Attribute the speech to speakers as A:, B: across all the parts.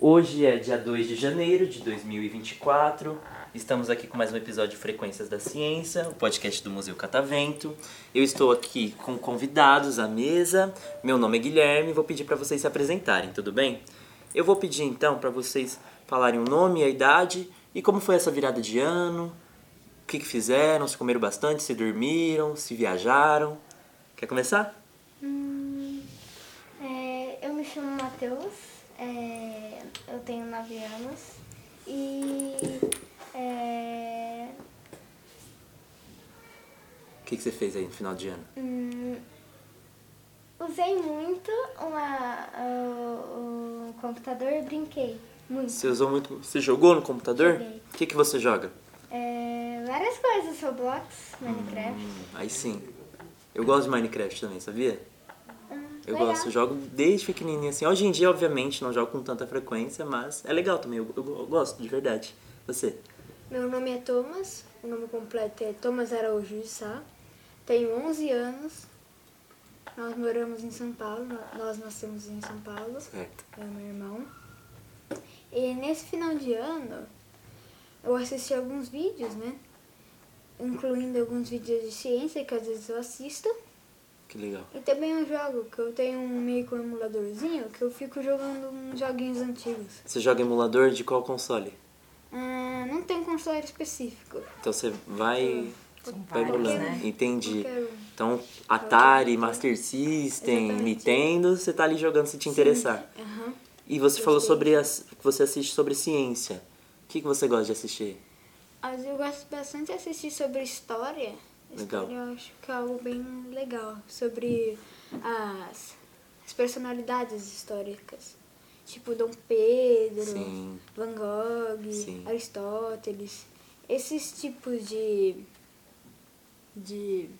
A: Hoje é dia 2 de janeiro de 2024. Estamos aqui com mais um episódio de Frequências da Ciência, o podcast do Museu Catavento. Eu estou aqui com convidados à mesa. Meu nome é Guilherme, vou pedir para vocês se apresentarem, tudo bem? Eu vou pedir então para vocês falarem o nome, a idade e como foi essa virada de ano, o que, que fizeram, se comeram bastante, se dormiram, se viajaram. Quer começar?
B: É, eu me chamo Matheus, é, eu tenho 9 anos e é,
A: O que, que você fez aí no final de
C: Uhum.
A: ano?
B: hum, usei muito uma, o, o computador e brinquei muito.
A: Você usou muito. Você jogou no computador?
B: Joguei.
A: O que, que você joga?
B: É, várias coisas, Roblox, Minecraft.
A: Hum, Aí sim. Eu gosto de Minecraft também, sabia?
B: Hum,
A: Eu
B: legal.
A: gosto, eu jogo desde pequenininha assim. Hoje em dia, obviamente, não jogo com tanta frequência, mas é legal também. Eu, eu- eu gosto, de verdade. Você?
C: Meu nome é Thomas, o nome completo é Thomas Araújo de Sá, tenho 11 anos, nós moramos em São Paulo, nó- nós nascemos em São Paulo,
A: Certo.
C: é o meu irmão. E nesse final de ano, eu assisti alguns vídeos, né? Incluindo alguns vídeos de ciência que às vezes eu assisto.
A: Que legal.
C: E também eu jogo, que eu tenho um meio que um emuladorzinho, que eu fico jogando uns joguinhos antigos.
A: Você joga emulador de qual console?
C: Ah, não tem console específico.
A: Então você vai.
D: São
A: vai
D: vários,
A: emulando.
D: né?
A: Entendi.
C: Qualquer um.
A: Então, Atari, Master System,
C: Exatamente.
A: Nintendo, você tá ali jogando se te interessar.
C: Aham.
A: E você falou
C: Gostei.
A: sobre. as- que você assiste sobre ciência. O que, que você gosta de assistir?
C: Mas eu gosto bastante de assistir sobre história.
A: Legal.
C: História eu acho que é algo bem legal. Sobre as, as personalidades históricas. Tipo Dom Pedro,
A: Sim.
C: Van Gogh,
A: Sim.
C: Aristóteles. Esses tipos de. de.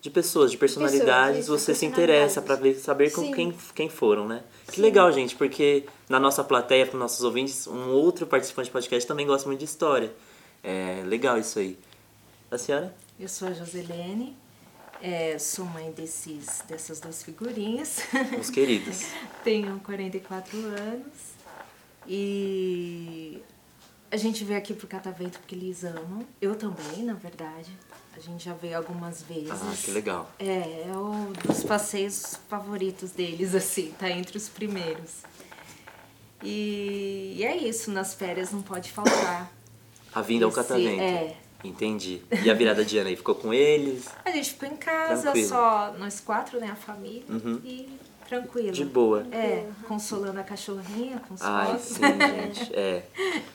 A: de pessoas, de personalidades,
C: isso,
A: você se
C: personalidades.
A: interessa pra ver- saber com
C: Sim.
A: quem, quem foram, né? Que legal, gente, porque na nossa plateia, para nossos ouvintes, um outro participante do podcast também gosta muito de história. É legal isso aí. A senhora?
D: Eu sou a Joselene, é, sou mãe desses, dessas duas figurinhas.
A: Os queridos.
D: Tenho 44 anos e a gente veio aqui pro Catavento porque eles amam. Eu também, na verdade. A gente já veio algumas vezes.
A: Ah, que legal.
D: É, é um dos passeios favoritos deles, assim, tá entre os primeiros. E, e é isso, nas férias não pode faltar.
A: A vinda ao
D: Esse-
A: catavento.
D: é.
A: Entendi. E a virada de ano aí ficou com eles?
D: A gente ficou em casa,
A: Tranquilo.
D: só nós quatro, né? A família.
A: Uhum.
D: E tranquilo.
A: De boa.
D: É, consolando a cachorrinha com os
A: Ai,
D: fotos.
A: sim, gente. É.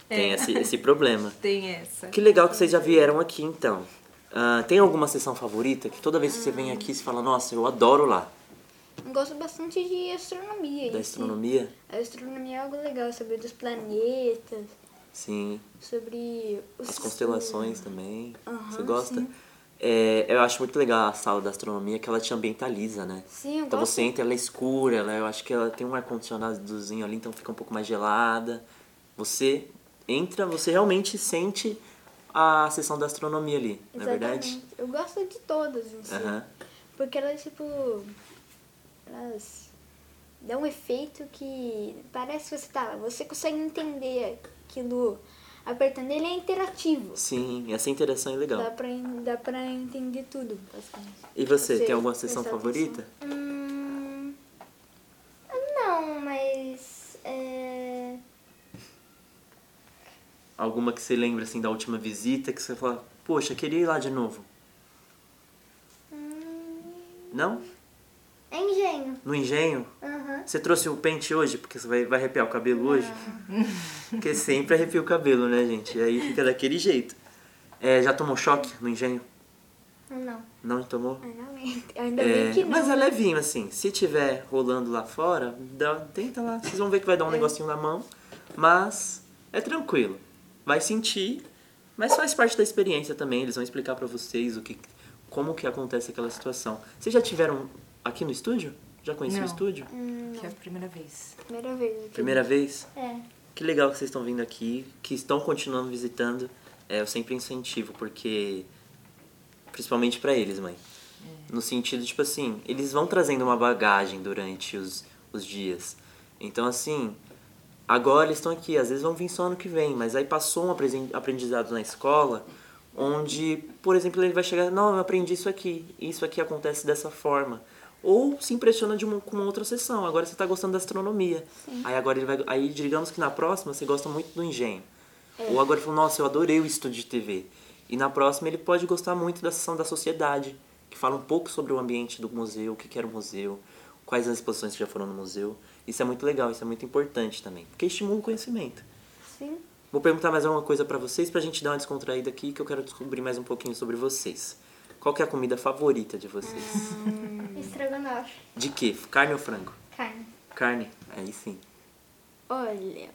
A: Tem esse, esse problema.
D: Tem essa.
A: Que legal que vocês já vieram aqui, então. Ah, tem alguma sessão favorita que toda vez que você
C: Ah.
A: vem aqui você fala, nossa, eu adoro lá?
C: Eu gosto bastante de astronomia. em
A: Da
C: si.
A: astronomia?
C: A astronomia é algo legal, saber dos planetas,
A: Sim.
C: sobre os
A: As constelações também.
C: Aham,
A: Você gosta?
C: sim.
A: É, eu acho muito legal a sala da astronomia, que ela te ambientaliza, né?
C: Sim, eu
A: Então
C: gosto.
A: você entra, ela é escura, ela, eu acho que ela tem um ar-condicionadozinho ali, então fica um pouco mais gelada. Você entra, você realmente sente a sessão da astronomia ali, não é verdade?
C: Exatamente. Eu gosto de todas em si.
A: Aham.
C: Porque elas, tipo. Elas dão um efeito que parece que você tá. Você consegue entender aquilo apertando. Ele é interativo.
A: Sim, essa interação é
C: Dá
A: legal.
C: pra, en- dá pra entender tudo, basicamente.
A: E você,
C: Você
A: tem alguma sessão
C: prestar
A: favorita?
B: Hum, não, mas é,
A: Alguma que você lembra, assim, da última visita, que você fala, poxa, queria ir lá de novo. Não?
B: Hum. é engenho.
A: No engenho?
B: Aham.
A: Você trouxe o pente hoje? Porque você vai, vai arrepiar o cabelo hoje? Porque sempre arrepia o cabelo, né, gente? E aí fica daquele jeito. É, já tomou choque no engenho?
B: Não.
A: Não tomou?
C: Ainda bem- Ainda bem
A: É,
C: que não. né?
A: mas é levinho, assim. Se tiver rolando lá fora, dá- tenta lá. Vocês vão ver que vai dar
C: É.
A: um negocinho na mão. Mas é tranquilo. Vai sentir, mas faz parte da experiência também. Eles vão explicar pra vocês o que, como que acontece aquela situação. Vocês já tiveram aqui no estúdio? Já conheci o
D: Não.
C: Hum.
A: estúdio?
D: Que é a primeira vez.
C: Primeira vez. aqui.
A: Primeira vez?
B: É.
A: O Que legal que vocês estão vindo aqui, que estão continuando visitando. É, eu sempre incentivo, porque. Principalmente para eles, mãe. No sentido, tipo assim, eles vão trazendo uma bagagem durante os, os dias. Então, assim, agora eles estão aqui, às vezes vão vir só ano que vem, mas aí passou um apresen- aprendizado na escola onde, por exemplo, ele vai chegar, não, eu aprendi isso aqui, isso aqui acontece dessa forma. Ou se impressiona de uma, com uma outra sessão, agora você está gostando da astronomia. Aí agora ele vai. Aí digamos que na próxima você gosta muito do engenho. Ou agora ele falou, nossa, eu adorei o estudo de TV. E na próxima ele pode gostar muito da sessão da sociedade, que fala um pouco sobre o ambiente do museu, o que que era o museu, quais as exposições que já foram no museu. Isso é muito legal, isso é muito importante também, porque estimula o conhecimento.
B: Sim.
A: Vou perguntar mais alguma coisa pra vocês pra gente dar uma descontraída aqui que eu quero descobrir mais um pouquinho sobre vocês. Qual que é a comida favorita de vocês?
B: Estrogonofe.
A: De quê? Carne ou frango?
B: Carne.
A: Carne. Aí sim.
C: Olha,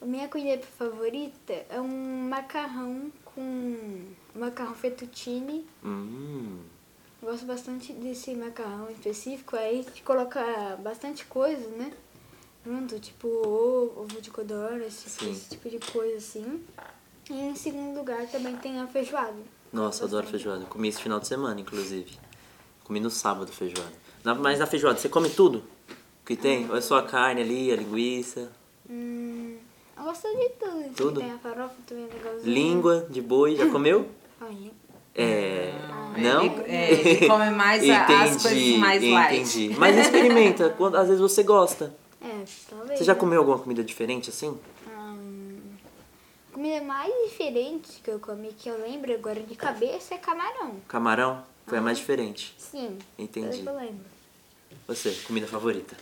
C: a minha comida favorita é um macarrão com macarrão fettuccine.
A: Hum.
C: Eu gosto bastante desse macarrão específico, aí te coloca bastante coisa, né? Junto, tipo ovo, ovo de codorna, esse, tipo-
A: Sim.
C: esse tipo de coisa assim. E em segundo lugar também tem a feijoada.
A: Nossa, eu adoro feijoada. Eu Comi esse final de semana, inclusive. Comi no sábado feijoada. Na- mas na feijoada, você come tudo? Que tem? Ou é só a carne ali, a linguiça,
C: Hum, eu gosto de tudo. assim,
A: Tudo?
C: Tem a farofa também, é legalzinho.
A: língua de boi. Já comeu?
C: Olha,
A: É. Não?
D: Ele, é, ele come mais a- as coisas mais light.
A: entendi. Mas experimenta, quando- às vezes você gosta.
C: é, talvez.
A: Você já
C: né?
A: comeu alguma comida diferente assim?
C: Hum, a comida mais diferente que eu comi, que eu lembro agora de cabeça, é camarão.
A: Camarão foi a mais diferente.
C: Sim,
A: Entendi.
C: eu lembro.
A: Você, comida favorita?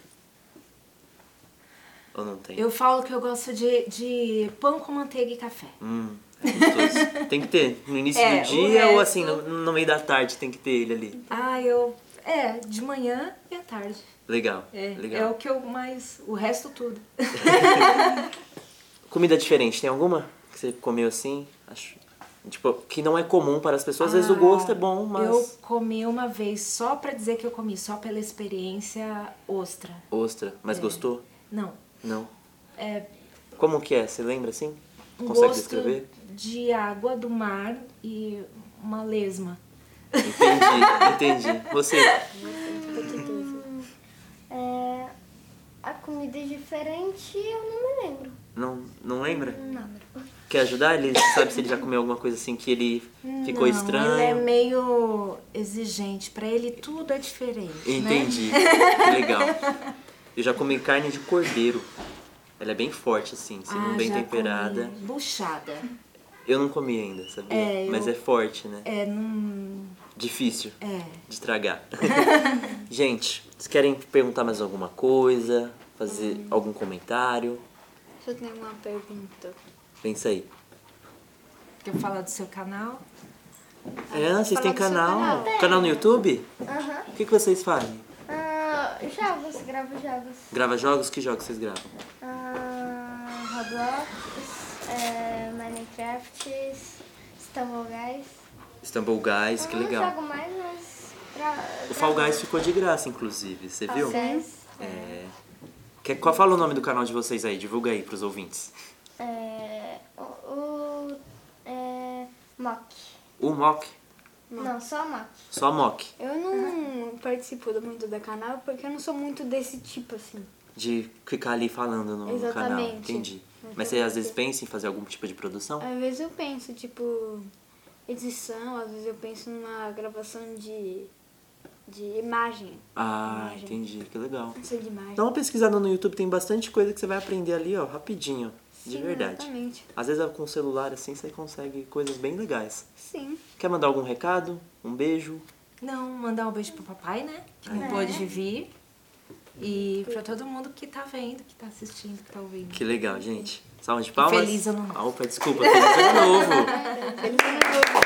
A: Ou não tem?
D: Eu falo que eu gosto de, de pão com manteiga e café.
A: Hum, é gostoso. tem que ter. No início
D: É,
A: do
D: o
A: dia ou
D: resto-
A: assim, no, no meio da tarde tem que ter ele ali.
D: Ah, eu. É, de manhã e à tarde.
A: Legal.
D: É, é o
A: legal.
D: que eu mais. O resto tudo.
A: Comida diferente, tem alguma? Que você comeu assim? Acho. Tipo, que não é comum para as pessoas. Às vezes o
D: Ah,
A: gosto é bom, mas.
D: Eu comi uma vez só pra dizer que eu comi, só pela experiência ostra.
A: Ostra. Mas gostou?
D: Não.
A: Não.
D: É
A: Como que é? Você lembra assim?
D: um
A: Consegue
D: gosto
A: descrever?
D: de água do mar e uma lesma.
A: Entendi, entendi. Você.
B: É, a comida é diferente eu não me lembro.
A: Não, não lembra?
B: Não.
A: Quer ajudar? Ele sabe se ele já comeu alguma coisa assim que ele ficou
D: Não,
A: estranho.
D: Ele é meio exigente. Pra ele tudo é diferente. Né?
A: Entendi. Que Legal. Eu já comi carne de cordeiro. Ela é bem forte, assim, se não
D: Ah,
A: bem
D: já
A: temperada.
D: comi. Buchada.
A: Eu não comi ainda, sabia?
D: É, eu-
A: Mas é forte, né?
D: É, não.
A: Difícil
D: É.
A: de tragar. Gente, vocês querem perguntar mais alguma coisa? Fazer algum comentário?
C: Deixa eu tenho uma pergunta.
A: Pensa aí.
D: Quer falar do seu canal?
A: É, vocês têm
C: do seu
A: canal?
C: canal.
A: Canal no YouTube?
B: Aham.
A: O que, que vocês fazem?
B: Ah, jogos, gravo jogos.
A: Grava jogos? Que jogos vocês gravam?
B: Ah, Roblox, é, Minecraft, Stumble Guys.
A: Istanbul Guys, que é
B: eu
A: legal.
B: não jogo mais, mas... Pra,
A: O Fall Guys ficou de graça, inclusive, você
B: Tá
A: viu? É. Quer, qual, fala o nome do canal de vocês aí, divulga aí pros ouvintes.
B: É, o, o é, Mock.
A: O Mock,
B: Não, só Mock.
A: só Mock,
C: Eu não participo do- muito da canal porque eu não sou muito desse tipo assim.
A: de ficar ali falando no no canal.
C: Exatamente.
A: Entendi. Mas você às vezes pensa em fazer algum tipo de produção?
C: Às vezes eu penso, tipo, edição, às vezes eu penso numa gravação de, de imagem.
A: Ah,
C: Imagem.
A: entendi, que legal.
C: Não sei de imagem.
A: Dá uma pesquisada no YouTube, tem bastante coisa que você vai aprender ali, ó, rapidinho, de
C: Sim,
A: verdade.
C: Exatamente.
A: Às vezes com o celular assim você consegue coisas bem legais.
C: Sim.
A: Quer mandar algum recado? Um beijo?
D: Não, mandar um beijo pro papai, né? Que não pôde vir. E pra todo mundo que tá vendo, que tá assistindo, que tá ouvindo.
A: Que legal, gente. Salve de palmas.
D: Feliz ano novo.
A: Ah, opa, desculpa, feliz ano novo.
C: Feliz ano novo.